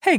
Hey,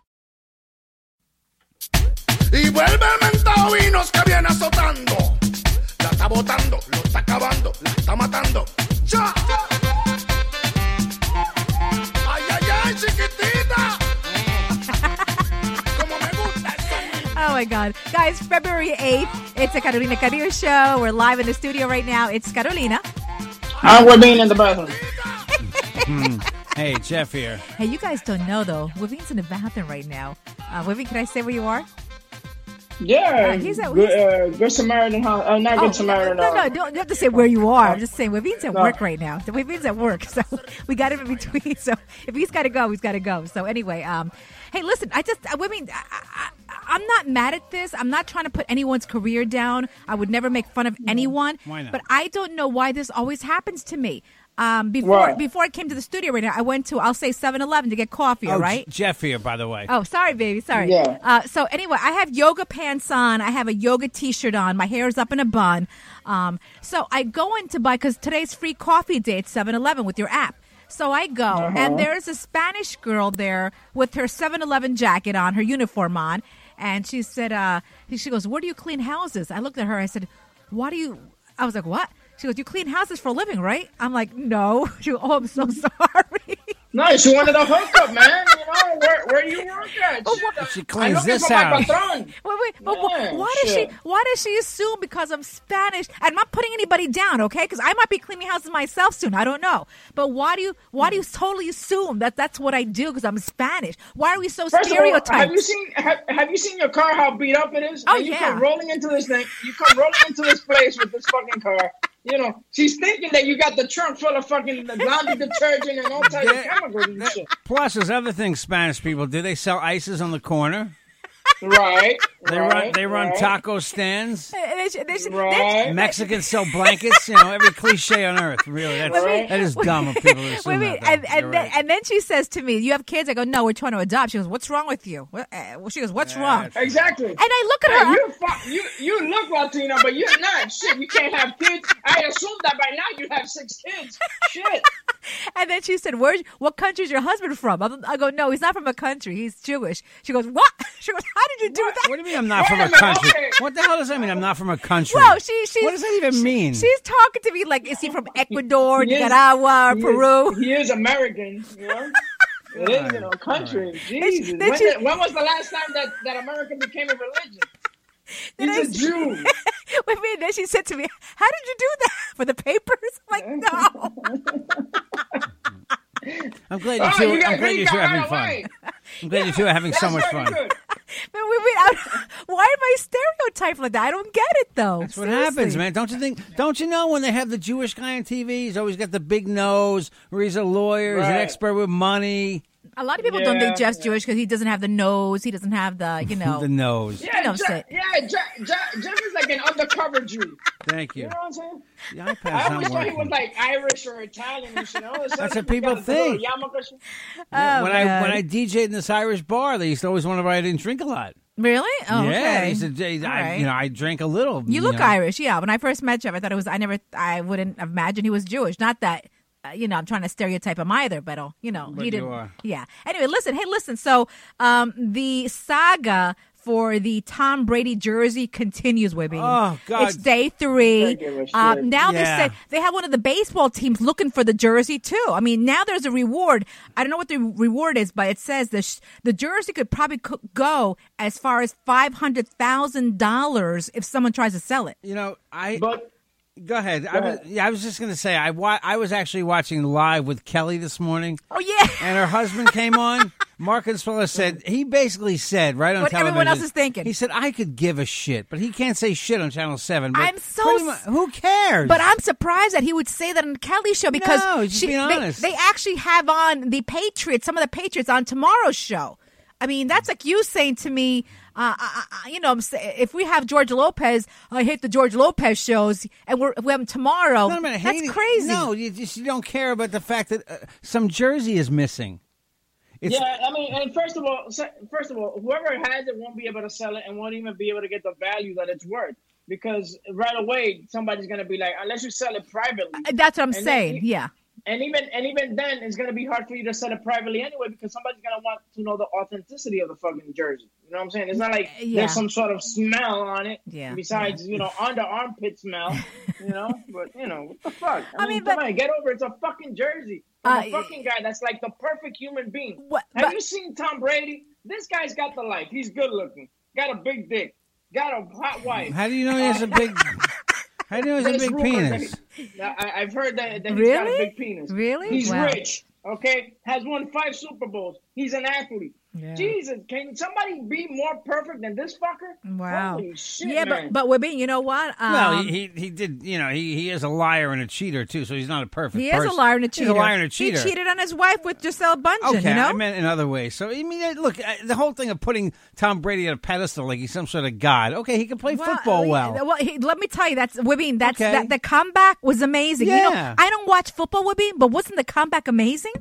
Y vuelve el mentado Vinos que viene azotando. La está botando, lo está acabando, la está matando. ¡Ya! ¡Ay, ay, ay, chiquitita! Como me gusta eso. Oh my God. Guys, February 8th, it's a Carolina Career Show. We're live in the studio right now. It's Carolina. I'm with Bean in the bathroom. Hey, Jeff here. Hey, you guys don't know though, Waveen's in the bathroom right now. Uh, Waveen, can I say where you are? Yeah, Uh, he's a- good, uh, good Samaritan. House. Uh, not good no, Samaritan. Oh, no, uh, no, don't you have to say where you are. I'm just saying Waveen's at No. work right now. The Waveen's at work, so we got him in between. So if he's got to go, he's got to go. So anyway, um, hey, listen, I just, I, Waveen, I, I, I'm not mad at this. I'm not trying to put anyone's career down. I would never make fun of anyone. Why not? But I don't know why this always happens to me. Um, before Why? before I came to the studio right now, I went to I'll say 7-Eleven to get coffee. all Oh, right. J- Jeff here, by the way. Oh, sorry, baby. Sorry. Yeah. Uh, so anyway, I have yoga pants on. I have a yoga T-shirt on. My hair is up in a bun. Um, so I go in to buy because today's free coffee day at 7-Eleven with your app. So I go, and there's a Spanish girl there with her 7-Eleven jacket on, her uniform on, and she said, uh, she goes, "Where do you clean houses?" I looked at her. I said, "Why do you?" I was like, "What?" She goes, "You clean houses for a living, right?" I'm like, "No." She goes, "Oh, I'm so sorry." no, she wanted a hookup, man. You know, where, where you work at? Oh, She I'm cleans looking this for my out. patron. Wait, wait, but wh- Yeah, why does sure. she? Why does she assume because I'm Spanish? I'm not putting anybody down, okay? Because I might be cleaning houses myself soon. I don't know. But why do you? Why do you totally assume that that's what I do because I'm Spanish? Why are we so First of all, stereotyped? have you seen have, have you seen your car? How beat up it is? Oh, and you yeah. come rolling into this thing. You come rolling into this place with this fucking car. You know, she's thinking that you got the trunk full of fucking laundry detergent and all types of Yeah. chemicals and shit. Plus, there's other things Spanish people do. They sell ices on the corner. Right? They run. right, They run right. taco stands. And they should- they should- they- Right. Mexicans sell blankets. You know every cliche on earth. Really, that's, Wait, wait, that is wait. dumb of people to Wait, assume wait, that. and, though. and, You're then, right. and then she says to me, "You have kids?" I go, "No, we're trying to adopt." She goes, "What's wrong with you?" What- uh, She goes, "What's wrong?" And That's- Exactly. I look at Hey, her. you, fu- you you look Latino, but you're not. Shit, you can't have kids. I assume that by now you have six kids. Shit. And then she said, "Where? What country's your husband from?" I'm- I go, "No, he's not from a country. He's Jewish." She goes, "What?" She goes, "How did you do that?" What do you mean I'm not Wait from a a minute, country? okay. What the hell does that mean? I'm not from a country. Well, she, she, What does that even she- mean? She's talking to me like, is he from Ecuador, He is- Nicaragua, or he Peru? Is, he is American, you know? It is in our country. Jesus. then When, she- did- when was the last time that, that America became a religion? I He's a see- Jew. Wait a minute. Then she said to me, how did you do that for the papers? I'm like, no. I'm glad Oh, you two. you got, I'm glad you you got two right are having away. fun. I'm glad you two are having so That's much very fun. good. But wait, wait, I'm- why am I stereotyped like that? I don't get it, though. That's what happens, man. Don't you think? Don't you know when they have the Jewish guy on TV? He's always got the big nose, or he's a lawyer, he's an Right. expert with money. A lot of people don't think Yeah. Jeff's Jewish because he doesn't have the nose. He doesn't have the, you know. The nose. You know, Yeah, say- Jeff, yeah, Jeff, Jeff, Jeff is like an undercover Jew. You know Thank you. what I'm saying? The I always iPad's not thought he was working. like Irish or Italian. You know, That's what people think. Oh, when I God. when I DJ'd in this Irish bar, they used to always wonder why I didn't drink a lot. really? Oh, Yeah, okay. they used to, they- All I, right. you know, I drank a little. You look know. Irish, yeah. When I first met Jeff, I thought it was. I never, I wouldn't imagine he was Jewish. Not that, uh, you know, I'm trying to stereotype him either, but oh, you know, But he you didn't. are. Yeah. Anyway, listen. Hey, listen. So, um, the saga for the Tom Brady jersey continues, Wibby. Oh, God. It's day three. Can't give a Uh, shit. now Yeah. they say they have one of the baseball teams looking for the jersey too. I mean, now there's a reward. I don't know what the reward is, but it says the sh- the jersey could probably co- go as far as five hundred thousand dollars if someone tries to sell it. You know, I But go ahead. I was, yeah, I was just going to say I wa- I was actually watching live with Kelly this morning. Oh yeah, and her husband came on. Mark Speller said he basically said right on What television. everyone else is thinking. He said I could give a shit, but he can't say shit on Channel Seven. But I'm so pretty mu- s- who cares? but I'm surprised that he would say that on Kelly's show because No, just she, being they, honest. they actually have on the Patriots, some of the Patriots on tomorrow's show. I mean, that's like you saying to me, uh, I, I, you know, I'm sa- if we have George Lopez, I hate the George Lopez shows, and we're if we have him tomorrow. Not about that's hating- crazy. No, you just you don't care about the fact that uh, some jersey is missing. It's, yeah, I mean, and first of all, se- first of all, whoever has it won't be able to sell it and won't even be able to get the value that it's worth because right away somebody's gonna be like, unless you sell it privately. That's what I'm then saying. you- yeah. and even and even then it's going to be hard for you to sell it privately anyway because somebody's going to want to know the authenticity of the fucking jersey you know what i'm saying it's not like Uh, Yeah. there's some sort of smell on it Yeah. besides you know under armpit smell you know but you know what the fuck i, I mean, mean, but- come on, get over it. it's a fucking jersey from Uh, a fucking guy that's like the perfect human being What- have but- you seen tom brady this guy's got the life he's good looking got a big dick got a hot wife how do you know he has a big? How do you know he has there's a big rumors that penis? he- that I, have heard that, that he's got a Really? big penis. Really? He's Wow. rich. Okay, has won five Super Bowls. He's an athlete. Jesus, can somebody be more perfect than this fucker? Wow. Holy shit, yeah, man. but but Wibby, you know what? Um, Well, he, he he did. You know, he, he is a liar and a cheater too. So he's not a perfect. he is a person. liar and a He's cheater. a liar and a cheater. He cheated on his wife with Giselle Bundchen. Okay, you know? I meant in other ways. So I mean, uh, look, uh, the whole thing of putting Tom Brady on a pedestal like he's some sort of god. Okay, he can play football well. yeah, Well, he, let me tell you, that's Wibby. That's Okay. that, the comeback was amazing. You Yeah. know, I don't watch football, Wibby, but wasn't the comeback amazing?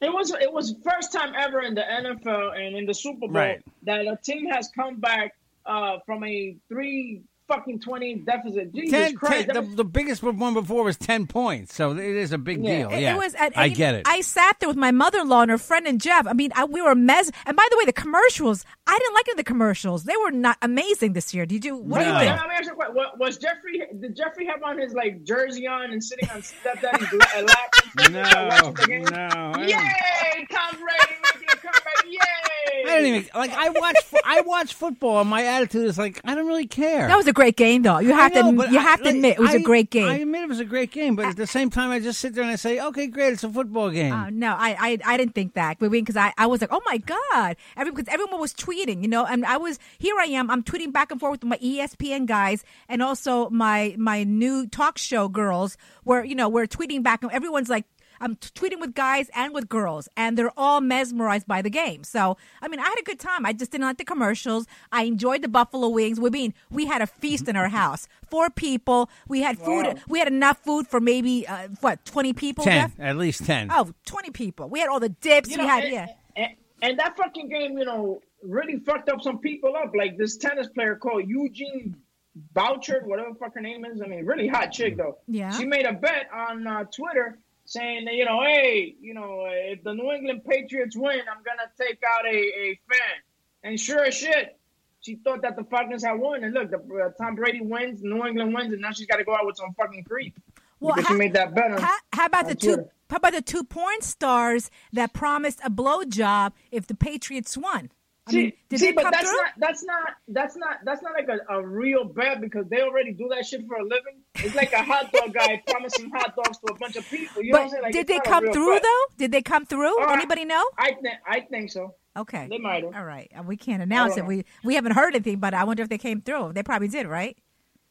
It was it was first time ever in the NFL and in the Super Bowl Right. that a team has come back uh, from a three fucking twenty deficit. Jesus Ten, Christ! ten, that the, was- the biggest one before was ten points, so it is a big Yeah. deal. It- Oh, yeah, It was. At, I you know, get it. I sat there with my mother-in-law and her friend and Jeff. I mean, I, we were mes. And by the way, the commercials. I didn't like any of the commercials. They were not amazing this year. Did you? What do you No. think? Let me ask you a question. What- Was Jeffrey? Did Jeffrey have on his like jersey on and sitting on stepdaddy's la- lap? and no, watching the game? no, I don't- Yay, Tom Brady making a comeback! Yay! I don't even like. I watch. fo- I watch football, and my attitude is like, I don't really care. That was a great game, though. You have I know, to. but You I- have to like, admit, it was a I- great I game. admit it was a great game, but at the same time, I just sit there and I say, okay, great, it's a football game. Uh, no, I, I I didn't think that because I, I was like, oh my god, Every, because everyone was tweeting, you know, and I was here. I am. I'm tweeting back and forth with my E ESPN guys and also my my new talk show girls. Where you know we're tweeting back and everyone's like. I'm t- tweeting with guys and with girls, and they're all mesmerized by the game. So, I mean, I had a good time. I just didn't like the commercials. I enjoyed the buffalo wings. We mean we had a feast in our house, four people. We had food. We had enough food for maybe uh, what twenty people. ten, Jeff? at least ten. Oh, 20 people. We had all the dips. You we know, had, and, yeah. and, and that fucking game, you know, really fucked up some people up. Like this tennis player called Eugene Bouchard, whatever the fuck her name is. I mean, really hot chick though. Yeah. She made a bet on uh, Twitter saying, that, you know, hey, you know, if the New England Patriots win, I'm gonna take out a, a fan. And sure as shit, she thought that the Falcons had won. And look, the, uh, Tom Brady wins, New England wins, and now she's got to go out with some fucking creep. Well, because how- she made that bet. on- How, how about the on two? Twitter. How about the two porn stars that promised a blowjob if the Patriots won? I mean, did they come that's through? not that's not that's not that's not like a, a real bet because they already do that shit for a living. It's like a hot dog guy promising hot dogs to a bunch of people. You know what I'm but saying? Like, did it's they not a come real through bet. though? Did they come through? Oh, I- Anybody know? I think I think so. Okay, They might have. All right, Uh, we can't announce it. know. We we haven't heard anything, but I wonder if they came through. They probably did, right?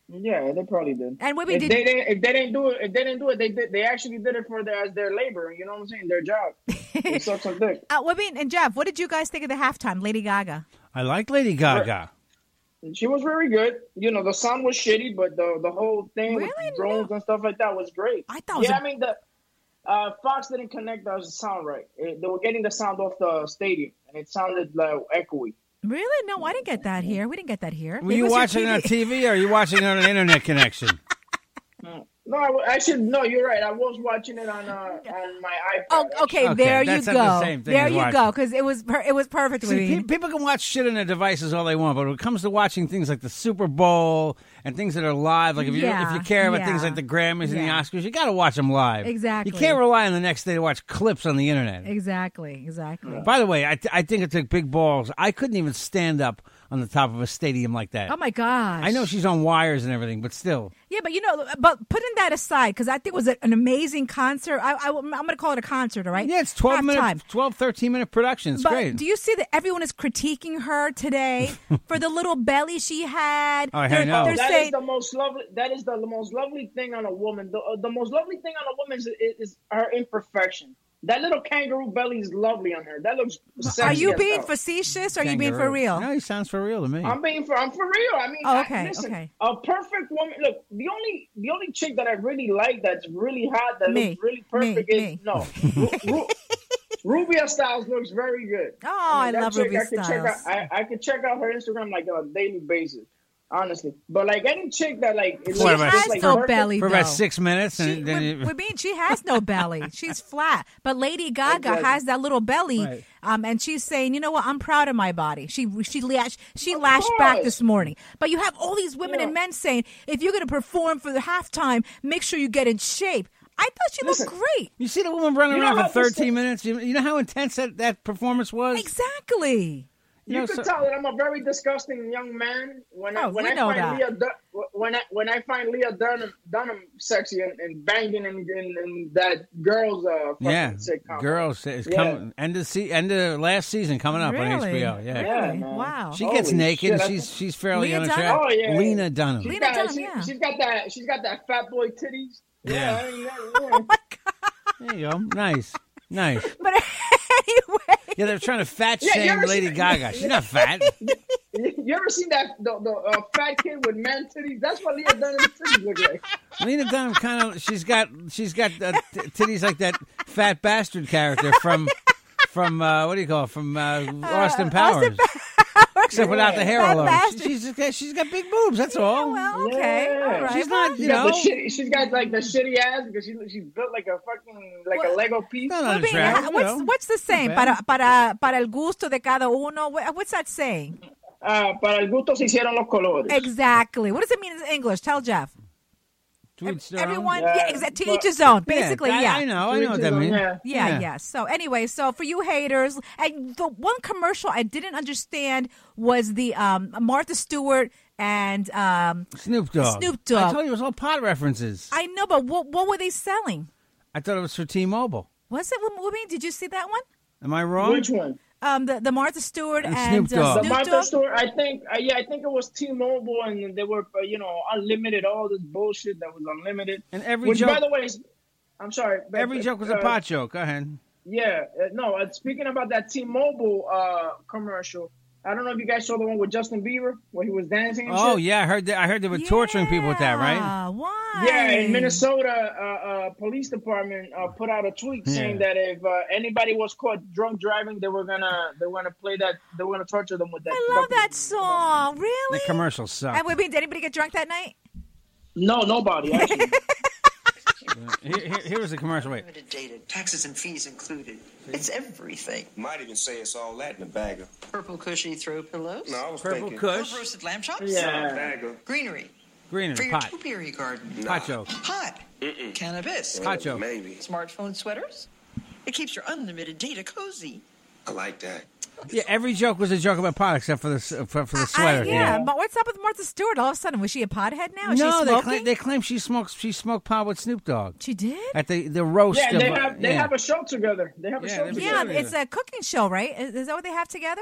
Yeah, they probably did. And Wibby if did- they didn't, if they didn't do it, if they didn't do it, they did. They actually did it for their as their labor. You know what I'm saying? Their job. They suck some dick. Uh, Wibby and Jeff, what did you guys think of the halftime? Lady Gaga. I like Lady Gaga. She was very good. You know, the song was shitty, but the the whole thing Really? with drones and stuff like that was great. I thought it was yeah, a- I mean the uh, Fox didn't connect the sound right. It- they were getting the sound off the stadium, and it sounded like echoey. Really? No, I didn't get that here. We didn't get that here. Were Maybe you it was your watching it on TV or are you watching it on an internet connection? No, I, wa- I should. No, you're right. I was watching it on uh, on my iPad. Oh, okay, Okay, there you that's go. not the same thing there as you watching. go, because it was per- it was perfect. See, Lee. pe- people can watch shit on their devices all they want, but when it comes to watching things like the Super Bowl and things that are live, like if you Yeah, if you care about things yeah, like the Grammys yeah. and the Oscars, you got to watch them live. Exactly. You can't rely on the next day to watch clips on the internet. exactly, exactly. By the way, I, th- I think it took big balls. I couldn't even stand up on the top of a stadium like that. Oh my gosh! I know she's on wires and everything, but still, Yeah, but you know, but putting that aside, because I think it was a- an amazing concert. I, I, am going to call it a concert, all right? yeah, it's twelve minute, Halftime. 12, 13 minute production. It's but great. do you see that everyone is critiquing her today for the little belly she had? Oh, I they're, know. they're That is saying, the most lovely. That is the most lovely thing on a woman. The, uh, the most lovely thing on a woman is, is, her imperfection. That little kangaroo belly is lovely on her. That looks. Sexy "Are you as being hell. facetious? Or are you being for Kangaroo. real?" No, he sounds for real to me. I'm being for I'm for real. I mean, Oh, I- okay, listen, okay. a perfect woman. Look, the only the only chick that I really like that's really hot that Me, looks really me, perfect is me. no. Ru- Ru- Rubia Styles looks very good. Oh, I that love Rubia I could Styles. Check out, I, I could check out her Instagram like on a daily basis, honestly. But like any chick that like it She looks has just, has like, no perfect- belly for though. about six minutes, She, and then we, you- we mean she has no belly. She's flat. But Lady Gaga Exactly. has that little belly, Right. um, and she's saying, "You know what? I'm proud of my body." She she lashed, she lashed back course. this morning. But you have all these women Yeah. and men saying, "If you're going to perform for the halftime, make sure you get in shape." I thought she Listen. looked great. You see the woman running You know around how for 13 this- minutes? You, you know how intense that, that performance was? Exactly. You know, could so- tell that I'm a very disgusting young man when I Oh, when we I know find that. Leah Dur- when I when I find Leah Dunham Dunham sexy and, and banging and, and, and that girls uh fucking Yeah. sitcom. Girls is Yeah. coming end of se- end of last season coming up on Really? HBO. Yeah. Really? Yeah, man. wow. She gets Holy naked shit, and I- she's she's fairly Lena unattractive. Dunham? Oh, yeah, yeah. Lena Dunham. Lena Got- Dunham, she, yeah. has got that she's got that fat boy titties. Yeah. I mean, Oh yeah, yeah. There you go. Nice. Nice. But anyway, Yeah, they're trying to fat Yeah, you shame ever Lady seen- Gaga. She's not fat. you ever seen that the, the uh, fat kid with man titties? That's what Leah Dunham's titties look like. Lena Dunham kind of she's got she's got uh, t- titties like that fat bastard character from from uh, what do you call it? from uh, Austin Powers. Except without the hair Fat all over. bastard. She, she's, got, she's got big boobs. That's all. Oh, well, okay, Yeah. all right. She's well, not, She you got know, the shitty, she's got like the shitty ass because she she's built like a fucking like Well, a Lego piece. not I mean, unattractive. you what's, know. what's the saying? Para, bad. para, para el gusto de cada uno. Wha- What's that saying? Ah, para el gusto se hicieron los colores. Exactly. What does it mean in English? Tell Jeff. To each their own. Everyone, Yeah, yeah, exactly. To each but- his own, basically, I- yeah. I know, I know what that Yeah. means. Yeah, Yeah. yeah, So anyway, so for you haters, and the one commercial I didn't understand was the um, Martha Stewart and um, Snoop Dogg. Snoop Dogg. I told you it was all pot references. I, I know, but what what were they selling? thought it was for T-Mobile. Was it what movie? Did you see that one? Am I wrong? Which one? Um, the the Martha Stewart and, And Snoop uh, Dogg. The Snoop Martha Dogg? store, I think, uh, yeah, I think it was T-Mobile, and they were, uh, you know, unlimited. All this bullshit that was unlimited. And every Which, joke- by the way, is- I'm sorry. but- Every joke was a uh, pot joke. Go ahead. Yeah, uh, no. Uh, speaking about that T-Mobile uh, commercial, I don't know if you guys saw the one with Justin Bieber where he was dancing. And Oh shit. yeah, I heard that. I heard they were torturing people with that, right? Yeah, Why? Yeah, in Minnesota, uh, uh, police department uh, put out a tweet saying that if uh, anybody was caught drunk driving, they were gonna they were gonna play that they were gonna torture them with that. I love fucking- that song. Really? The commercials suck. And wait, wait, did anybody get drunk that night? No, nobody. Actually. here, here, here was the commercial. Wait, Limited data, taxes and fees included. It's everything. Might even say it's all that in a bagger. Purple cushy throw pillows. No, I was purple thinking Kush, Roasted lamb chops. yeah. bagger. Greenery. green For and your pot, topiary garden. pot joke. Pot. Cannabis. Pot joke. Maybe. Smartphone sweaters. It keeps your unlimited data cozy. I like that. Yeah, every joke was a joke about pot except for the s- for, for the I, sweater. yeah, but what's up with Martha Stewart? All of a sudden, was she a pothead now? Is No, she they smoking? claim, they claim she smokes she smoked pot with Snoop Dogg She did. at the the roast. Yeah, of, they uh, have they yeah. have a show together. They have a Yeah, show they have a together. Yeah, sure it's a cooking show, right? Is, is that what they have together?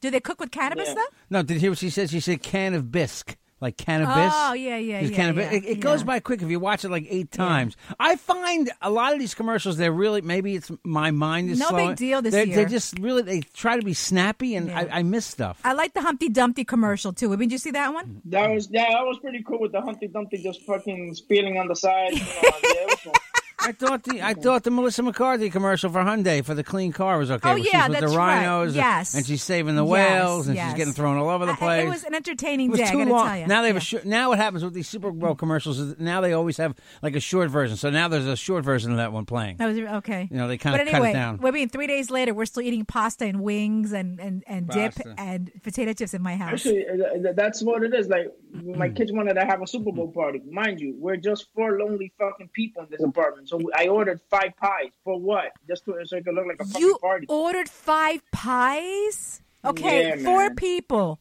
Do they cook with cannabis Yeah. though? No, did you hear what she said? She said can of bisque. Like cannabis. Oh, yeah, yeah, She's yeah, cannabis. yeah, it it goes yeah. by quick if you watch it like eight times. I find a lot of these commercials, they're really, maybe it's my mind is No slow. big deal this they're, They year. just really, they try to be snappy and Yeah. I, I miss stuff. I like the Humpty Dumpty commercial too. Did you see that one? Mm-hmm. That was yeah, that was pretty cool with the Humpty Dumpty just fucking spilling on the side. You know, yeah, it was fun. I thought the I thought the Melissa McCarthy commercial for Hyundai for the clean car was okay. Oh, where she's yeah, with that's the right. rhinos. and- Yes. and she's saving the Yes, whales, and yes. she's getting thrown all over the I- place. it was an entertaining It was day. I too gotta long. tell you. Now they have Yeah. a short, now what happens with these Super Bowl commercials is that now they always have like a short version. So now there's a short version of that one playing. That was okay. You know, they kinda But cut it anyway, down. I mean, three days later, we're still eating pasta and wings and and and dip Pasta. and potato chips in my house. Actually, uh, th- that's what it is. Like Hmm. my kids wanted to have a Super Bowl party. Mind you, we're just four lonely fucking people in this apartment. So I ordered five pies for what? Just to, so it could look like a fucking you party. ordered five pies. Okay, Yeah, four man. people,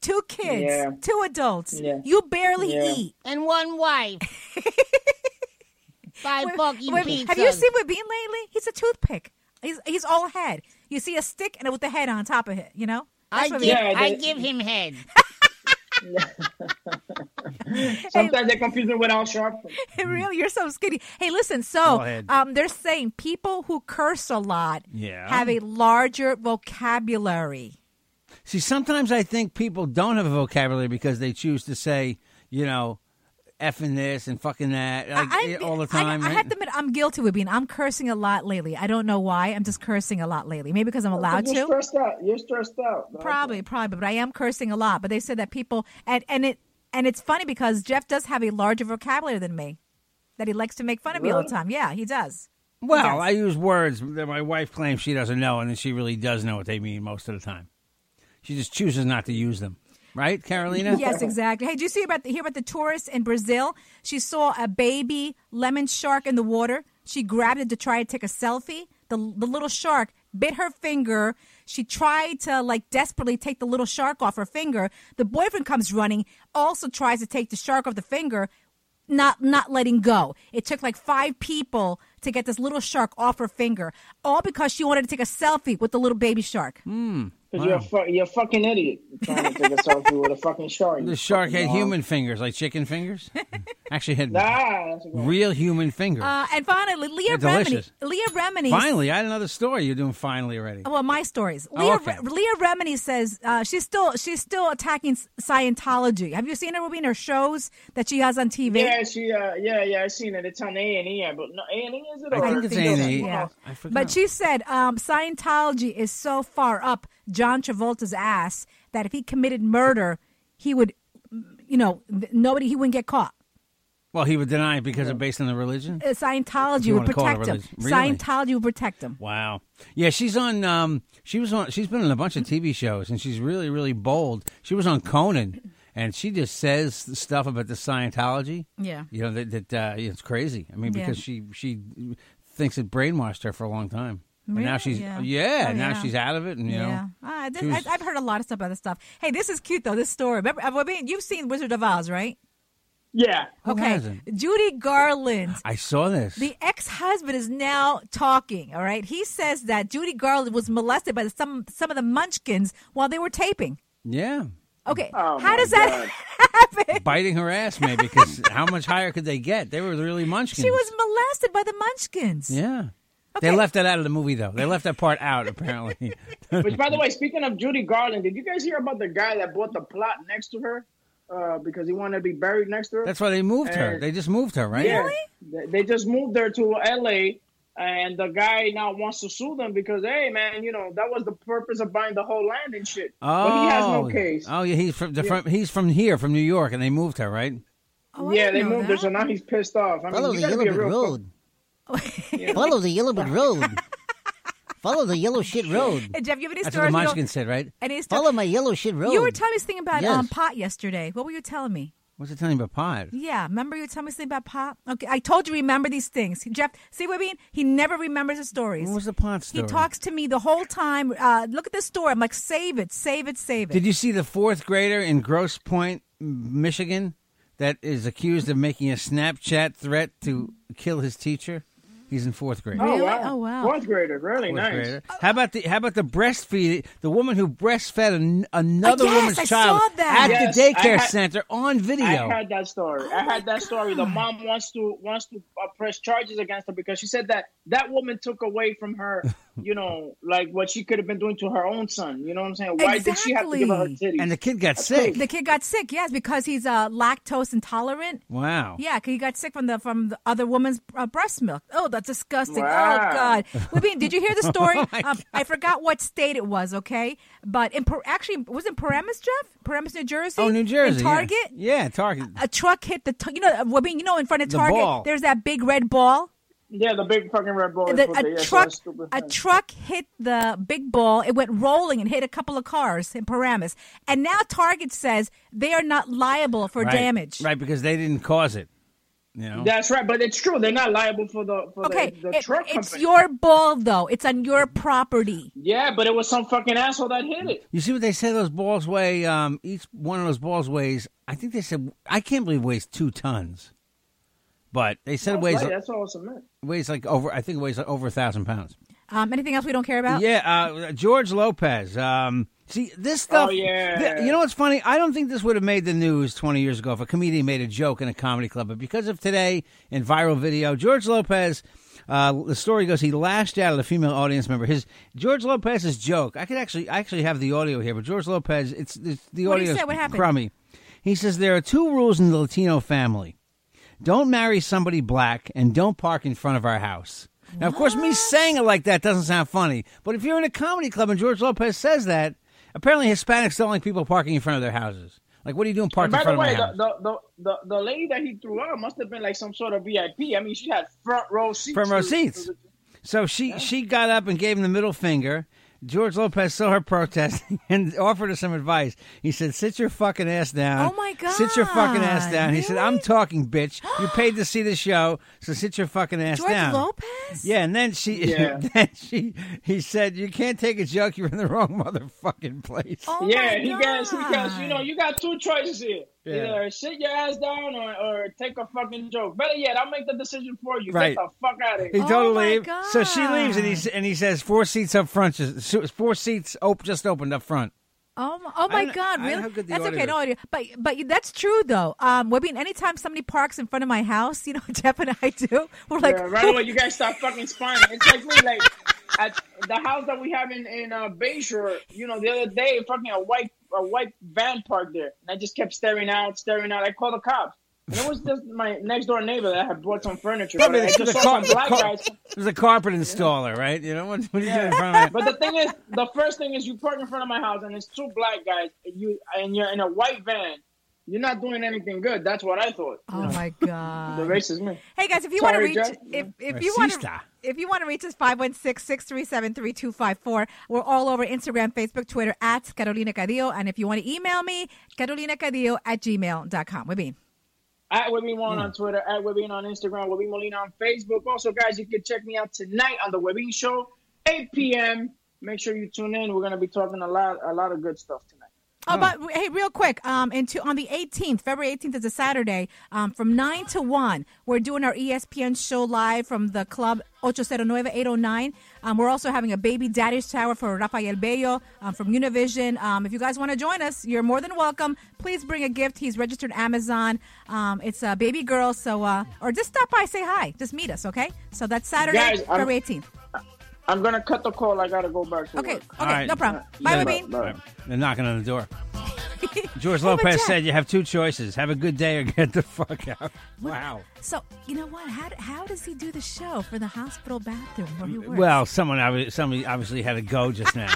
two kids, Yeah. two adults. Yeah. You barely Yeah. eat. and one wife. By fucking Wait, pizza. have you seen Wabin lately? He's a toothpick. He's he's all head. You see a stick and with the head on top of it. You know. I what give, we- Yeah, I they- give him head. Sometimes they confuse me with Al Sharpton. really, you're so skinny. Hey, listen. So, ahead. um, they're saying people who curse a lot Yeah. have a larger vocabulary. See, sometimes I think people don't have a vocabulary because they choose to say, you know, effing this and fucking that like, eh, I, I- all the I- time. I, right? have to admit, I'm guilty with being. I'm cursing a lot lately. I don't know why. I'm just cursing a lot lately. Maybe because I'm allowed to. You're stressed out. You're stressed out. Probably, probably. But I am cursing a lot. But they said that people and and it and it's funny because Jeff does have a larger vocabulary than me. That he likes to make fun of me all the time. Yeah, he does. Well, Yes. I use words that my wife claims she doesn't know, and then she really does know what they mean most of the time. She just chooses not to use them, right, Carolina? Yes, exactly. Hey, did you see about the, hear about the tourist in Brazil? She saw a baby lemon shark in the water. She grabbed it to try to take a selfie. The the little shark bit her finger. She tried to like desperately take the little shark off her finger. The boyfriend comes running, also tries to take the shark off the finger, not not letting go. It took like five people to get this little shark off her finger, all because she wanted to take a selfie with the little baby shark. Mm. Because you're, a fu- you're a fucking idiot trying to take a selfie with a fucking shark. The shark had Nah. human fingers, like chicken fingers. Actually, had Ah, that's a good- real human fingers. Uh, and finally, Leah They're Remini. delicious. Leah Remini. finally, I had another story. You're doing finally already. Well, my stories. Oh, Leah, okay. Leah Remini says uh, she's still she's still attacking Scientology. Have you seen her Ruby in her shows that she has on TV? yeah, she. Uh, yeah, yeah, I seen it. It's on A and E, but no, A and E is it? I or- think it's think so, A&E. yeah. I forgot. But she said um, Scientology is so far up John Travolta's ass that if he committed murder, he would, you know, th- nobody he wouldn't get caught. well, he would deny it because of based on the religion. Uh, Scientology You would wanna call it a protect him. religion. Really? Scientology would protect him. Wow. Yeah, she's on. Um, she was on. She's been on a bunch of TV shows, and she's really, really bold. She was on Conan, and she just says stuff about the Scientology. Yeah. you know that, that uh, it's crazy. I mean, Yeah. because she she thinks it brainwashed her for a long time, and now Really? she's Yeah. yeah, Oh, now yeah. she's out of it, and you Yeah, know. Ah, this, she was- I, I've heard a lot of stuff about this stuff. Hey, this is cute though. This story. Remember, uh, I mean, you've seen Wizard of Oz, right? yeah. Who okay, hasn't? Judy Garland. I saw this. The ex-husband is now talking. All right, he says that Judy Garland was molested by some some of the Munchkins while they were taping. yeah, Okay, Oh, how my does that God. happen? biting her ass maybe because how much higher could they get? They were really munchkins. She was molested by the Munchkins. Yeah. Okay. They left that out of the movie though. They left that part out apparently. Which, by the way, speaking of Judy Garland, did you guys hear about the guy that bought the plot next to her uh, because he wanted to be buried next to her? That's why they moved her. Uh, They just moved her, right? Yeah. They- They just moved her to LA, and the guy now wants to sue them because, hey, man, you know, that was the purpose of buying the whole land and shit. Oh, but he has no case. Oh yeah, he's from, the, from he's from here, from New York, and they moved her, right? Oh, I yeah, didn't they know moved her, that. so now he's pissed off. I mean, Follow you the gotta yellow be brick a real fuck- road. Follow the yellow brick road. Follow the yellow shit road. Hey, Jeff, you have any That's what stories? the we don't- Munchkin said, right? Any stories? Follow my yellow shit road. You were telling me something about Yes. um, pot yesterday. What were you telling me? What's it telling you about pot? Yeah, remember you were telling me something about pot? Okay, I told you remember these things. Jeff, see what I mean? He never remembers his stories. What was the pot story? He talks to me the whole time. Uh, look at this story. I'm like, save it, save it, save it. Did you see the fourth grader in Grosse Pointe, Michigan, that is accused of making a Snapchat threat to kill his teacher? He's in fourth grade. Really? Oh, wow. Oh, wow. Fourth grader, really Fourth nice. grader. How about the how about the breastfeed the woman who breastfed an, another Oh, yes, woman's I child saw that. at Yes, the I daycare had- center on video? I heard that story. I my heard that story. The God. mom wants to wants to uh, press charges against her because she said that that woman took away from her you know, like what she could have been doing to her own son. You know what I'm saying? Why did she have to give her her titties? And the kid got sick. The kid got sick, yes, because he's uh, lactose intolerant. Wow. Yeah, 'cause he got sick from the from the other woman's uh, breast milk. Oh, that's disgusting. Wow. Oh God, Webin, did you hear the story? Oh, my um, I forgot what state it was. Okay, but in Per- actually it was in Paramus, Jeff, Paramus, New Jersey. Oh, New Jersey. In yeah. Target. Uh, Yeah, Target. A truck hit the t- you know uh, Webin, you know in front of The Target. ball. There's that big red ball. yeah, the big fucking red ball. The- is what they- a that's truck, that stupid a thing. truck hit the big ball. It went rolling and hit a couple of cars in Paramus. And now Target says they are not liable for Right. damage. Right, because they didn't cause it. You know. That's right, but it's true. They're not liable for the for Okay, the, the it- truck it's company. your ball though. It's on your property. yeah, but it was some fucking asshole that hit it. You see what they say? Those balls weigh. Um, each one of those balls weighs. I think they said. I can't believe it weighs two tons. But they said it That's, weighs right, that's all it's meant. weighs like over. I think it weighs like over a thousand pounds. Um, anything else we don't care about? Yeah, uh, George Lopez. Um, see this stuff. Oh, yeah. th- you know what's funny? I don't think this would have made the news 20 years ago if a comedian made a joke in a comedy club, but because of today and viral video, George Lopez. Uh, the story goes he lashed out at a female audience member. His George Lopez's joke. I could actually I actually have the audio here, but George Lopez. It's, it's the What did he audio say? What happened? crummy. He says there are two rules in the Latino family: don't marry somebody black and don't park in front of our house. Now, of course, me saying it like that doesn't sound funny, but if you're in a comedy club and George Lopez says that, apparently Hispanics don't like people parking in front of their houses. Like, what are you doing And parked in by the front way, of my the, house? the, the, the, the lady that he threw out must have been like some sort of VIP. I mean, she had front row seats. front row to- seats. to the- So she she got up and gave him the middle finger. George Lopez saw her protesting and offered her some advice. He said, "Sit your fucking ass down." Oh, my Sit your fucking ass God. down. He said, "I'm talking, bitch. You paid to see the show, so sit your fucking ass George down." Lopez? Yeah, and then she, Yeah. then she, he said, "You can't take a joke. You're in the wrong motherfucking place." Oh yeah, my he got he got you know God. you got two choices here. Yeah. Either sit your ass down or, or take a fucking joke. Better yet, I'll make the decision for you. Right. Get the fuck out of He here. Oh, told my her to leave. So she leaves, and he s- and he says, four seats up front, just, four seats op- just opened up front." Oh, my- oh I my don't- God! I don't know Really? how good the That's audio okay. No is. idea. But but that's true though. Um, Webin, anytime somebody parks in front of my house, you know, Jeff and I do. We're like, yeah, right away, you guys stop fucking spying. It's like me, like at the house that we have in in uh, Bayshore. You know, the other day, fucking a white a white van parked there, and I just kept staring out, staring out. I called the cops. And it was just my next door neighbor that had brought some furniture. But I just saw some black guys. It was a carpet installer, right? You know what, what are you doing in front of me? But the thing is, the first thing is you park in front of my house and it's two black guys. And you and you're in a white van. You're not doing anything good. That's what I thought. oh my God! The racist man. Hey guys, if you want to Sorry, reach Jeff. if, if you want to Racista. if you want to reach us 516-637-3254. We're all over Instagram, Facebook, Twitter at Carolina Cadillo. And if you want to email me, carolinacadillo at gmail.com. We're being At Webby One on Twitter, at Webby on Instagram, Webby Molina on Facebook. Also, guys, you can check me out tonight on the Webby Show, 8 p.m. Make sure you tune in. We're gonna be talking a lot, a lot of good stuff tonight. Oh, but hey, real quick, um, and to, on the 18th, February 18th is a Saturday, um, from 9 to 1, we're doing our E ESPN show live from the club 809-809. Um, we're also having a baby daddy's shower for Rafael Bello um, from Univision. Um, if you guys want to join us, you're more than welcome. Please bring a gift. He's registered Amazon. Um, it's a baby girl, so, uh, or just stop by, say hi. Just meet us, okay? So that's Saturday, Guys, I'm- February 18th. I'm gonna cut the call. I gotta go back to Okay, okay, work. right. no problem. Yeah. Bye, Babine. All right, They're knocking on the door. George Hey, but Lopez Jack- said you have two choices: have a good day or get the fuck out. Wow. So you know what? How, how does he do the show for the hospital bathroom where he works? Mm, Well, someone obvi- somebody obviously had to go just now.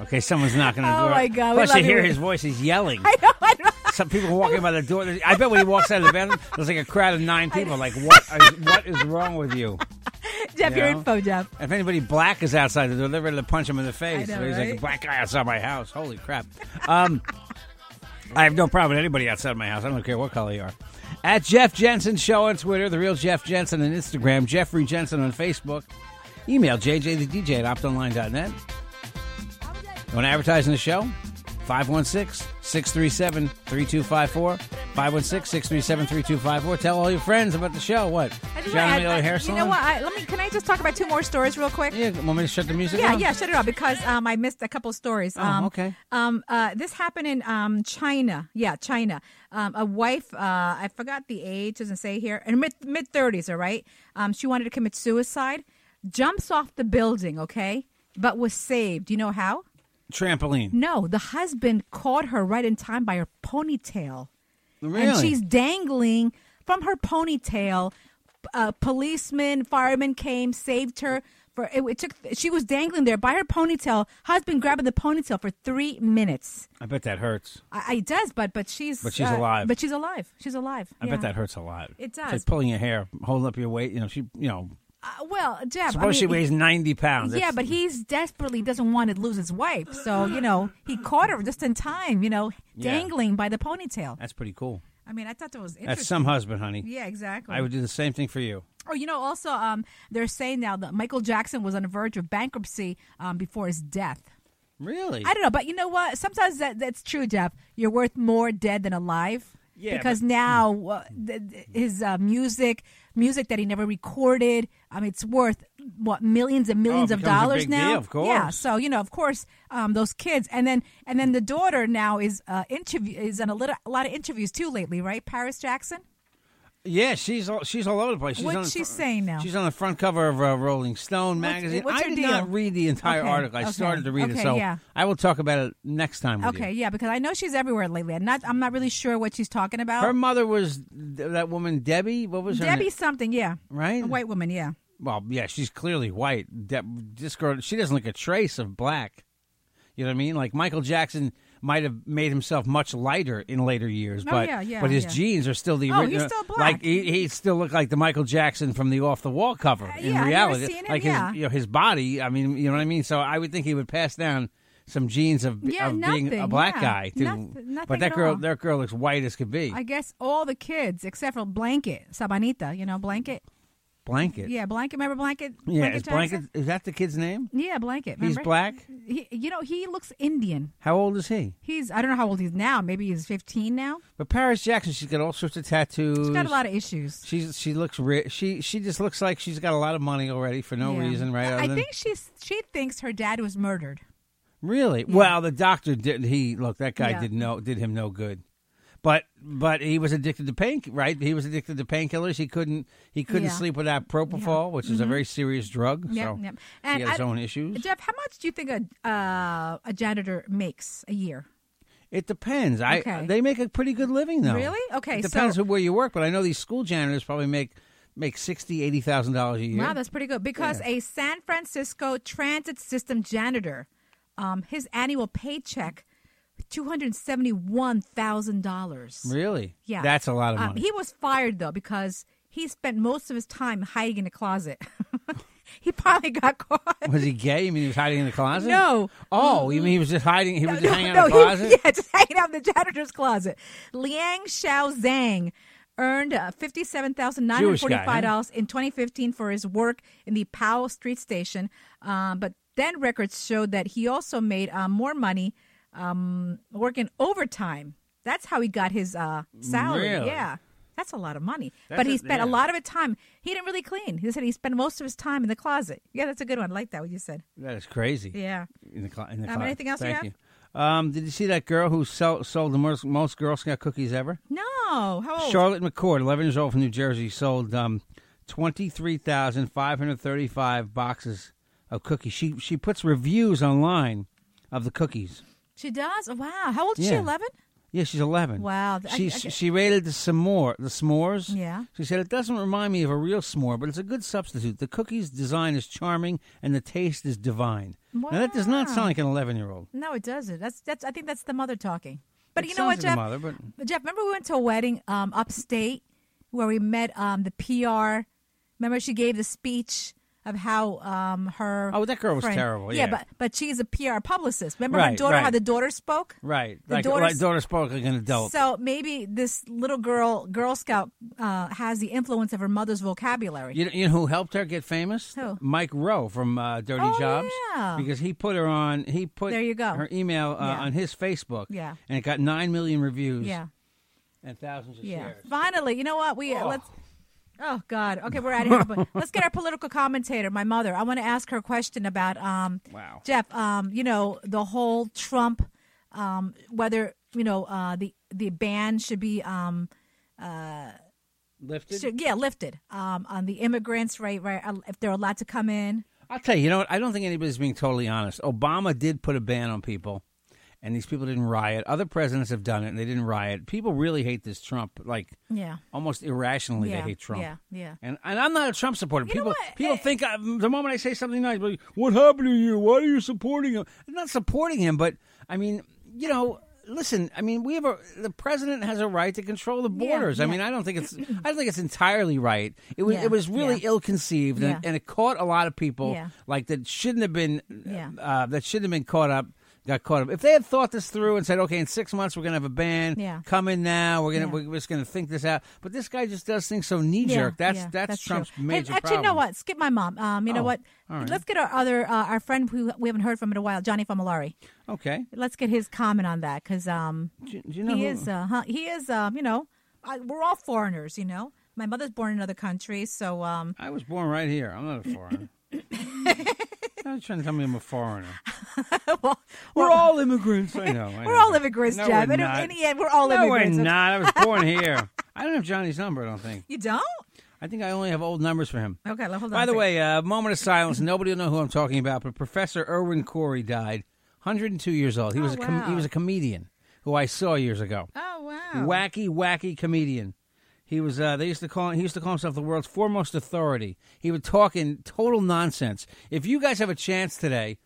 Okay, someone's knocking on the Oh, door. my God, we Plus, love you you, hear Rick. his voice. He's yelling. I know, I know. Some people walking by the door. I bet when he walks out of the bathroom, there's like a crowd of nine people. Like, what? Is, what is wrong with you? Jeff, your Yeah. info, Jeff. If anybody black is outside the door, they're ready to punch him in the face. I know, he's like right? a black guy outside my house. Holy crap! Um, I have no problem with anybody outside my house. I don't care what color you are. At Jeff Jensen Show on Twitter, the real Jeff Jensen on Instagram, Jeffrey Jensen on Facebook. Email JJ the DJ at optonline.net. You want to advertise in the show? 516 637 3254. 516 637 3254. Tell all your friends about the show. What? I just John wanna add- Miller I- Hair you Salon? know what? I, let me. Can I just talk about two more stories real quick? Yeah, want me to shut the music Yeah, down? yeah, shut it off because um, I missed a couple of stories. um, Oh, okay. Um, uh, this happened in um, China. Yeah, China. Um, a wife, uh, I forgot the age, doesn't say here, in mid mid thirties. All right. Um, she wanted to commit suicide. jumps off the building, okay? But was saved. You know how? Trampoline. No, the husband caught her right in time by her ponytail. And Really? she's dangling from her ponytail. A policeman, fireman came, saved her. For it, it took, she was dangling there by her ponytail. Husband grabbing the ponytail for three minutes. I bet that hurts. I, I it does, but but she's uh, But she's alive. But she's alive. She's alive. I yeah. Uh, bet that hurts a lot. It It's does. like pulling your hair, holding up your weight. You know, she, you know, Uh, well, Jeff. I suppose mean, she weighs ninety pounds. Yeah, That's- but he's desperately doesn't want to lose his wife. So, you know, he caught her just in time, you know, Yeah. dangling by the ponytail. that's pretty cool. I mean, I thought that was interesting. That's some husband, honey. Yeah, exactly. I would do the same thing for you. Oh, you know, also, um, they're saying now that Michael Jackson was on the verge of bankruptcy um, before his death. Really? I don't know, but you know what? Sometimes that, that's true, Jeff. You're worth more dead than alive. Yeah, because but- now uh, th- th- his uh, music, music that he never recorded, I mean, it's worth what millions and millions of Oh, becomes a dollars big now. deal, of course. yeah. So you know, of course, um, those kids, and then and then the daughter now is uh, interview is on a, lit- a lot of interviews too lately, right? Paris Jackson. Yeah, she's all, she's all over the place. She's What's on the she fr- saying now? She's on the front cover of uh, Rolling Stone What's- magazine. what's I her did deal? not read the entire Okay, article. I okay, started to read okay, it, so yeah. I will talk about it next time. With Okay, you. yeah, because I know she's everywhere lately. I'm not, I'm not really sure what she's talking about. Her mother was th- that woman Debbie. What was her oh. Debbie name? something, yeah, Right? a white woman, yeah. Well, yeah, she's clearly white. De- this girl, she doesn't look a trace of black. You know what I mean? Like Michael Jackson might have made himself much lighter in later years, Oh, but yeah, yeah, but his yeah. jeans are still the Oh, original. he's still black. Like he, he still looked like the Michael Jackson from the off the wall cover. in Uh, yeah, I've never reality, seen him, like yeah. his you know, his body. I mean, you know what I mean. So I would think he would pass down. Some genes of, Yeah, of being a nothing, black yeah. guy, to, Noth- nothing but that at girl, all. that girl looks white as could be. I guess all the kids except for Blanket Sabanita, you know Blanket. blanket, Yeah, Blanket. Remember Blanket? yeah, is Jackson? blanket. Is that the kid's name? Yeah, Blanket. He's Remember? black. He, you know, he looks Indian. How old is he? He's I don't know how old he's now. Maybe he's 15 now. But Paris Jackson, she's got all sorts of tattoos. He's got a lot of issues. She's she looks rich. She she just looks like she's got a lot of money already for no Yeah. reason, right? I- Other I than- think she's she thinks her dad was murdered. really. Well, the doctor did. He look that guy Yeah. did no did him no good. But but he was addicted to pain. Right? He was addicted to painkillers. He couldn't he couldn't Yeah. Mm-hmm. sleep without propofol, which is a very serious drug. Yep, so yep. he had his I- own issues. Jeff, how much do you think a uh, a janitor makes a year? It depends. I Okay. they make a pretty good living though. Really? Okay, It depends so- on where you work, but I know these school janitors probably make make sixty eighty thousand dollars a year. Wow, that's pretty good. Because a San Francisco transit system janitor, um, his annual paycheck, two hundred seventy-one thousand dollars. Really? Yeah, That's a lot of Um, money. he was fired though because he spent most of his time hiding in a closet. he probably got caught. was he gay? You mean he was hiding in the closet? No. Oh, you mean he was just hiding? He was just hanging out in the he- closet? yeah, just hanging out in the janitor's closet. Liang Xiao Zhang earned uh, Jewish guy, $57,945 in 2015 for his work in the Powell Street Station. Um, but then records showed that he also made uh, more money um, working overtime. That's how he got his uh, salary. Really? Yeah. That's a lot of money. That's but he a- spent a yeah. lot of his time. He didn't really clean. He said he spent most of his time in the closet. Yeah, that's a good one. I like that, what you said. That is crazy. Yeah. In the, clo- in the Um, closet. anything else you Thank have? Um, did you see that girl who sell- sold the most, most Girl Scout cookies ever? No. How old? Charlotte McCord, 11 years old from New Jersey, sold um, 23,535 boxes of cookies. She she puts reviews online of the cookies. She does. Oh, wow. How old is she? Yeah. Eleven. Yeah, she's 11. Wow, th- I- She, I she, get- she rated the s'more, the s'mores. Yeah. She said, it doesn't remind me of a real s'more, but it's a good substitute. The cookie's design is charming and the taste is divine. Now, that does not sound Wow. like an 11 year old. No, it doesn't. That's that's. I think that's the mother talking. But It you know what, sounds Jeff? like a mother, But Jeff, remember we went to a wedding um, upstate where we met um, the PR. Remember she gave the speech of how um, her Oh, that girl was friend- terrible, yeah. but but she's a PR publicist. Remember her Right, daughter? How right. the daughter spoke? Right. The like, daughter's- like daughter spoke like an adult. So maybe this little girl, Girl Scout, uh, has the influence of her mother's vocabulary. You know, you know who helped her get famous? Who? Mike Rowe from uh, Dirty Oh, Jobs. yeah. Because he put her on. He put There you go. her email uh, Yeah. on his Facebook. Yeah. And it got nine million reviews. yeah. And thousands of Yeah. shares. Finally, you know what? We uh let's. Oh God. Okay, we're out of here. But let's get our political commentator, my mother. I want to ask her a question about um. Wow. Jeff, um, you know the whole Trump, um, whether you know uh the the ban should be um Lifted? So, yeah, lifted. Um, on the immigrants, right, right. uh, If they're allowed to come in, I'll tell you, you know what? I don't think anybody's being totally honest. Obama did put a ban on people, and these people didn't riot. Other presidents have done it, and they didn't riot. People really hate this Trump. Like, yeah. almost irrationally, yeah, they hate Trump. Yeah, yeah. And, and I'm not a Trump supporter. people people think I, the moment I say something nice, like, what happened to you? Why are you supporting him? I'm not supporting him, but I mean, you know, listen. I mean, we have a the president has a right to control the borders. I yeah. mean, I don't think it's I don't think it's entirely right. It was Yeah, it was really yeah. ill conceived, Yeah. and, and it caught a lot of people Yeah. like that shouldn't have been Yeah. uh, that shouldn't have been caught up. Got caught up. If they had thought this through and said, "Okay, in six months we're going to have a ban. Yeah. Come in now. We're gonna Yeah. we're just going to think this out." But this guy just does things so knee Yeah, jerk. that's, yeah, that's true. Trump's Hey, major actually, you problem. know what? Skip my mom. Um, you Oh, know what? all right. Let's get our other uh, our friend who we haven't heard from in a while, Johnny Famolari. Okay. Let's get his comment on that because um, Do, do you know he who- is uh, huh, he is um, you know I, we're all foreigners. You know, my mother's born in another country, so um, I was born right here. I'm not a foreigner. Now you're trying to tell me I'm a foreigner. we're all immigrants. I know. I we're know. all immigrants, no, Jeff. We're In, not. in the end, we're all no, immigrants. we're not. I was born here. I don't have Johnny's number. I don't think. You don't? I think I only have old numbers for him. Okay, well, hold on. By a the second. way, uh, moment of silence. Nobody will know who I'm talking about, but Professor Irwin Corey died, 102 years old. He was a com- Oh, wow. he was a comedian who I saw years ago. Oh wow. Wacky, wacky comedian. He was. Uh, they used to call. He used to call himself the world's foremost authority. He would talk in total nonsense. If you guys have a chance today,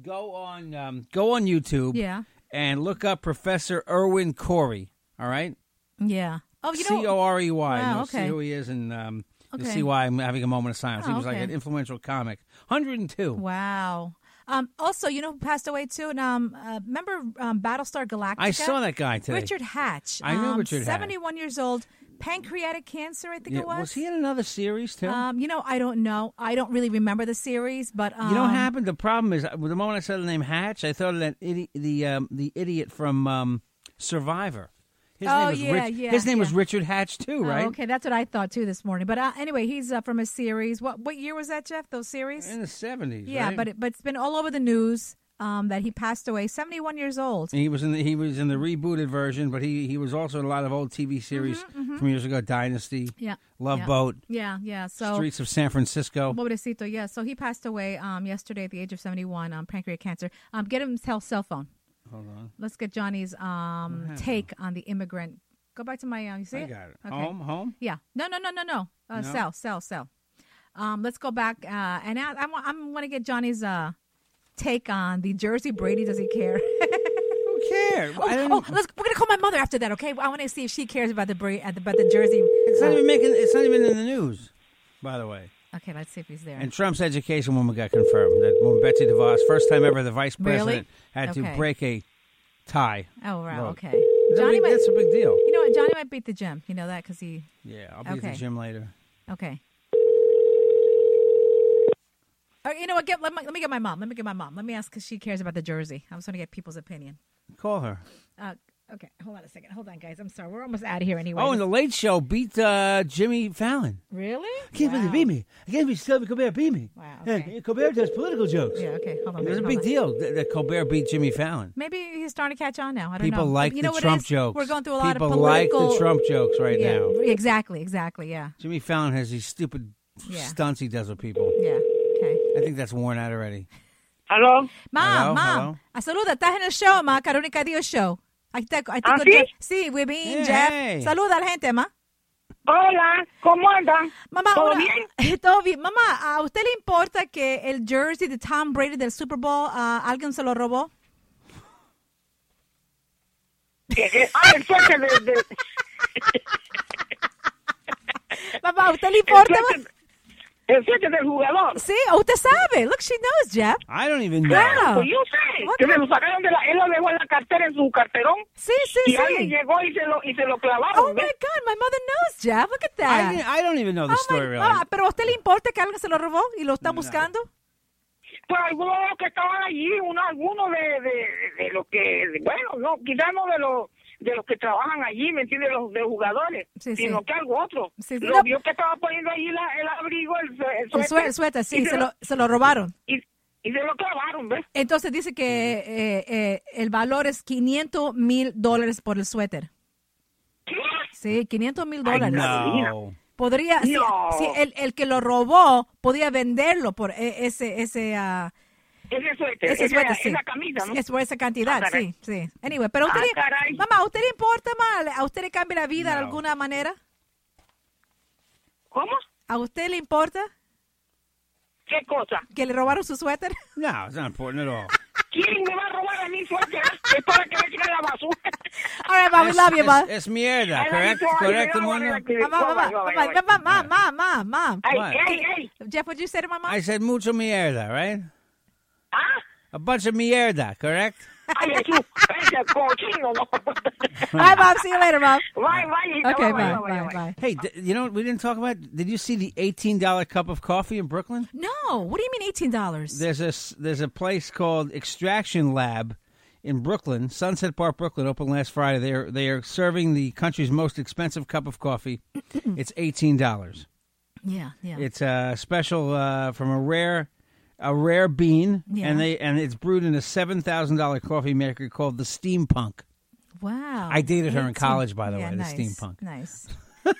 go on um, go on YouTube Yeah. and look up Professor Irwin Corey. All right, Yeah. Oh, you C know. O R E Y. Wow, You'll see okay. who he is, and um, you'll Okay. see why I'm having a moment of silence. he Oh, was like okay. an influential comic. 102. Wow. Um, also, you know who passed away too? And, um, uh, remember um, Battlestar Galactica? I saw that guy today. Richard Hatch. I know um, Richard Hatch. 71 years old, pancreatic cancer, I think Yeah, it was. Was he in another series too? Um, you know, I don't know. I don't really remember the series, but um, You know what happened? The problem is, uh, the moment I said the name Hatch, I thought of that idi- the um, the idiot from um, Survivor. His Oh, name was yeah, Rich- yeah, His name was yeah. Richard Hatch too, Oh, right? okay, that's what I thought too this morning. But uh, anyway, he's uh, from a series. What what year was that, Jeff? Those series? In the seventies. yeah, but it, but it's been all over the news um, that he passed away, seventy one years old. he was in the, he was in the rebooted version, but he, he was also in a lot of old TV series from years ago, Dynasty, Mm-hmm, Yeah, Love yeah. Boat, Yeah, yeah. So Streets of San Francisco. Pobrecito, yeah. So he passed away um, yesterday at the age of 71, um, pancreatic cancer. Um, get him his health cell phone. Hold on, Let's get Johnny's um, take on the immigrant. Go back to my, uh, you see I it? got it. Oh, Okay. Home, home. Yeah. No, no, no, no, no. Uh, No? Cell, cell, cell. Um, let's go back. Uh, and I, I, wa- I'm going to get Johnny's uh, take on the Jersey Brady. Does he care? Who cares? I don't, oh, let's, we're going to call my mother after that, okay? I want to see if she cares about the, Bra- uh, about the Jersey. Oh. it's not even making. It's not even in the news, by the way. Okay, let's see if he's there. And Trump's education woman got confirmed. That woman Betsy DeVos, first time ever, the vice Really? president had to Okay. break a tie. oh, wow. Look. Okay. That's a Johnny big- might, that's a big deal. you know what? Johnny might beat the gym. You know that because he Yeah, I'll be at Okay. the gym later. Okay. All right, you know what? Get, let, my, let me get my mom. Let me get my mom. Let me ask because she cares about the jersey. I was going to get people's opinion. Call her. Uh, okay, hold on a second. Hold on, guys. I'm sorry. We're almost out of here anyway. Oh, and the Late Show beat uh, Jimmy Fallon. really? I can't believe Wow. they beat me. I can't believe Stephen Colbert beat me. Wow, And- okay. and Colbert does political jokes. Yeah. Okay. Hold on. It was a hold big on. deal that, that Colbert beat Jimmy Fallon. Maybe he's starting to catch on now. I don't People know. like you the know what it Trump is? jokes. We're going through a lot People of political. like the Trump jokes right yeah, now. Exactly. Exactly. Yeah. Jimmy Fallon has these stupid Yeah. stunts he does with people. Yeah. Okay. I think that's worn out already. Hello. Mom, Hello, hello. mom. I saluda. Estás en el show, ma. Carolina Dios Show. Aquí te, ahí te ¿Ah, encontré. sí? Sí, we're being Hey, Jeff. hey. Saluda a la gente, ma. Hola, ¿cómo andan? Mamá, ¿Todo una- bien? Todo bien. Mamá, ¿a usted le importa que el jersey de Tom Brady del Super Bowl ah, alguien se lo robó? Eh, eh, ah, el suéter de... de- Mamá, ¿a usted le el, importa? suéter, el suéter del jugador. Sí, ¿o usted sabe. Look, she knows, Jeff. I don't even know. Claro. Pues yo sé, Otra. que se lo sacaron de la... Él lo dejó en la cartera, en su carterón. Sí, sí, Y alguien sí. llegó y se lo, y se lo clavaron. Oh, my ¿ves? God, my mother knows, Jeff. Look at that. I, didn't- I don't even know the Oh, my- story really. ah, ¿Pero a usted le importa que alguien se lo robó y lo está buscando? Pues algunos de los que estaban allí, uno, algunos de, de, de los que... de- bueno, no, quizás no de los de los que trabajan allí, ¿me entiendes? Los de jugadores, Sí, sí. sino que algo otro. Sí, sí. Lo No. vio que estaba poniendo allí la- el abrigo, el, sue- el El suéter. sué- suéter, Pues sí, y se lo, se lo robaron. y, y se lo clavaron, ¿ves? Entonces dice que Mm-hmm. eh, eh, el valor es 500 mil dólares por el suéter. Sí, 500 mil dólares. No. Podría, si- No. si, el, el que lo robó podía venderlo por e- ese, ese, ah, Ese suéter, esa- esa camisa, ¿no? Es por esa cantidad, Ah, caray. sí, sí. Anyway, pero a usted, Ah, le- caray. mamá, ¿a usted le importa más? ¿A usted le cambia la vida de alguna manera? ¿Cómo? ¿A usted le importa? ¿Qué cosa? ¿Que le robaron su suéter? No, it's not important at all. ¿Quién me va a robar a mí suéter? Es para que me tire a la basura. All right, mom, we Es- love you, mom. es- es mierda, I love correct, you so much. correct, You know Mona? what I like. Mamá, Bye, bye, mamá, bye, bye. mamá, mamá, mamá, mamá. Hey, What? hey, hey. Jeff, what'd you say to my mom? I said mucho mierda, right? Ah, A bunch of mierda, correct? ay, es un ese cochino, ¿no? Bye, mom. See you later, mom. Bye, bye. hijita, Okay, bye, bye, bye, bye, bye, bye. bye. Hey, d- you know what we didn't talk about? Did you see the eighteen dollar cup of coffee in Brooklyn? No, what do you mean eighteen dollars? There's a s- there's a place called Extraction Lab in Brooklyn, Sunset Park, Brooklyn, opened last Friday. They are they are serving the country's most expensive cup of coffee. it's eighteen dollars. Yeah, yeah. It's a special uh, from a rare a rare bean, Yeah. and they and it's brewed in a seven thousand dollar coffee maker called the Steampunk. wow. I dated her in 18. college, by the Yeah, way, the nice, steampunk. Nice. uh,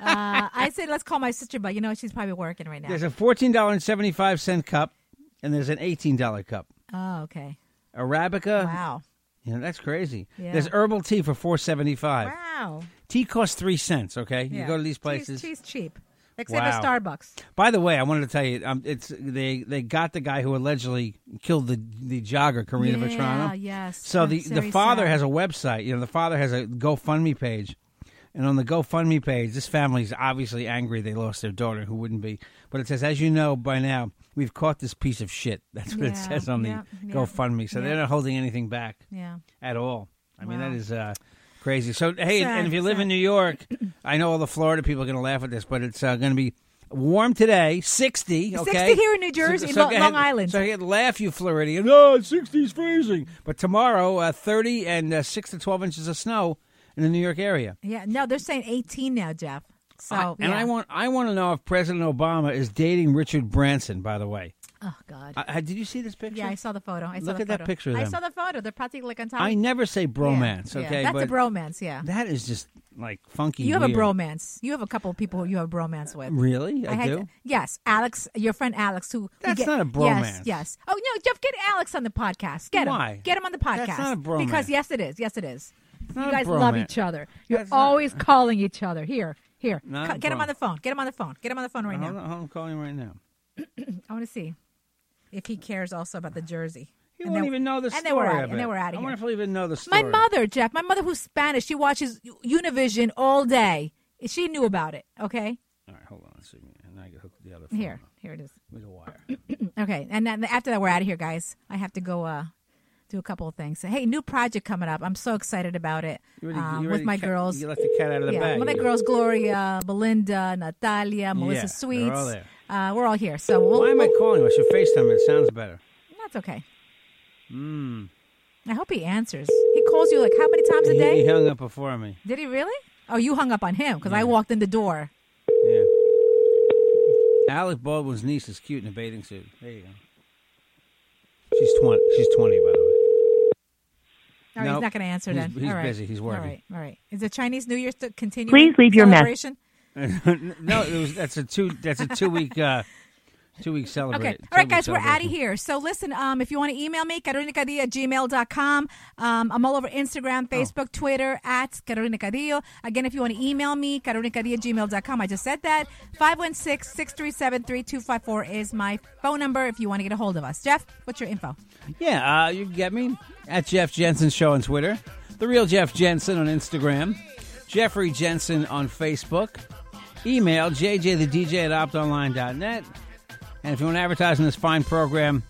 I said let's call my sister, but you know she's probably working right now. There's a fourteen dollar and seventy five cent cup, and there's an eighteen dollar cup. oh, okay. Arabica. Wow. Yeah, that's crazy. Yeah. There's herbal tea for four seventy five. Wow. Tea costs three cents. Okay, you go to these places. She's cheap, except at Wow. Starbucks. By the way, I wanted to tell you, um, it's they they got the guy who allegedly killed the the jogger Karina Yeah, Vetrano. yes. So the That's the very father sad. has a website. You know, the father has a GoFundMe page, and on the GoFundMe page, this family's obviously angry they lost their daughter, who wouldn't be. But it says, as you know by now, we've caught this piece of shit. That's what Yeah, it says on yeah, the yeah, GoFundMe. So they're yeah. not holding anything back Yeah. at all. I mean, Wow. that is uh, crazy. So, hey, Sad, and if you live in sad. New York, I know all the Florida people are going to laugh at this, but it's uh, going to be warm today, 60, okay? 60 here in New Jersey, Lo- go Long Island. So, you laugh, you Floridian. Oh, it's 60 is freezing. But tomorrow, uh, 30 and uh, 6 to 12 inches of snow in the New York area. Yeah. No, they're saying eighteen now, Jeff. So I- and Oh, yeah. I want I want to know if President Obama is dating Richard Branson, by the way. Oh God. I, I- did you see this picture? yeah, I saw the photo. I saw Look the at that photo. picture of I them. saw the photo. They're practically like on top. I never say bromance, Yeah, okay? that's a but bromance. Yeah, That is just like funky. you have weird. a bromance. You have a couple of people who you have bromance with. Really? I, had- do. yes, Alex, your friend Alex, who who That's get- not a bromance. Yes, yes. Oh no, Jeff, get Alex on the podcast. Get Why? him. Get him on the podcast. That's not a bromance. Because yes, it is. Yes, it is. not you a guys love bromance. each other. You're That's not- always calling each other. Here, here. Not Co- a get him on bromance. the phone. Get him on the phone. Get him on the phone right Hold now. on, hold on, calling him right now. I want to see if he cares also about the jersey. He And won't then- even know the and story. They were out, of and they it. were out I of here. wonder if he'll even know the My story. mother, Jeff, my mother who's Spanish, she watches Univision all day. She knew about it, okay? All right, hold on. Let's see. And I can hook the other phone Here, up here it is. Mm, with a wire. Okay, and then after that, we're out of here, guys. I have to go uh, do a couple of things. Hey, new project coming up. I'm so excited about it You already- um, you with already my ca- girls. You let the cat out of the yeah, bag. with my You- girls, Gloria, Belinda, Natalia, Melissa they're Sweets. all there. Uh, we're all here, so we'll, Why am I calling him? I should FaceTime him. It sounds better. that's okay. Mm. I hope he answers. He calls you like how many times a He, day? he hung up before me. Did he really? Oh, you hung up on him because I walked in the door. Yeah. Alec Baldwin's niece is cute in a bathing suit. There you go. She's twenty. She's twenty, by the way. All right, Nope. he's not going to answer He's- then. he's all right. busy. He's working. All right, all right. Is the Chinese New Year still Please continuing? leave your mess- Celebration? no, it was, that's a two. That's a two week. Uh, two week celebration. Okay. All right, guys, we're out of here. So listen, um, if you want to email me, carolinacadia at gmail.com. Um, I'm all over Instagram, Facebook, Twitter, at Carolina Cadillo. Again, if you want to email me, carolinacadia at gmail.com. I just said that. 516-637-3254 is my phone number if you want to get a hold of us. Jeff, what's your info? Yeah, uh, you can get me at Jeff Jensen Show on Twitter, the real Jeff Jensen on Instagram, Jeffrey Jensen on Facebook. Email jjthedj at optonline.net. And if you want to advertise in this fine program,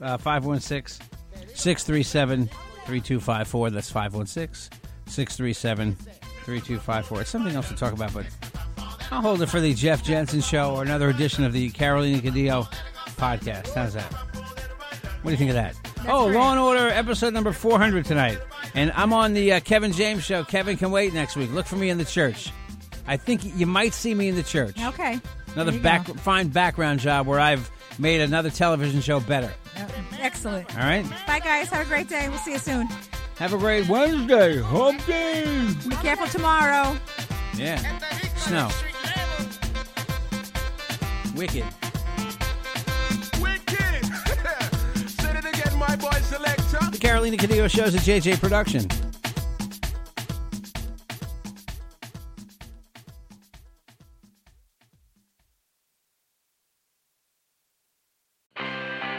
uh, 516 637 3254. That's 516 637 3254. It's something else to talk about, but I'll hold it for the Jeff Jensen Show or another edition of the Carolina Cadillo podcast. How's that? What do you think of that? oh, Law and Order episode number 400 tonight. And I'm on the uh, Kevin James Show. Kevin can wait next week. Look for me in the church. I think you might see me in the church. Okay. Another There you back, go. fine background job where I've made another television show better. Excellent. All right? Bye, guys. Have a great day. We'll see you soon. Have a great Wednesday. Hump day. Be careful tomorrow. Yeah. Snow. Wicked. Wicked. Say it again, my boy selector. The Carolina Cadillo shows at JJ Production.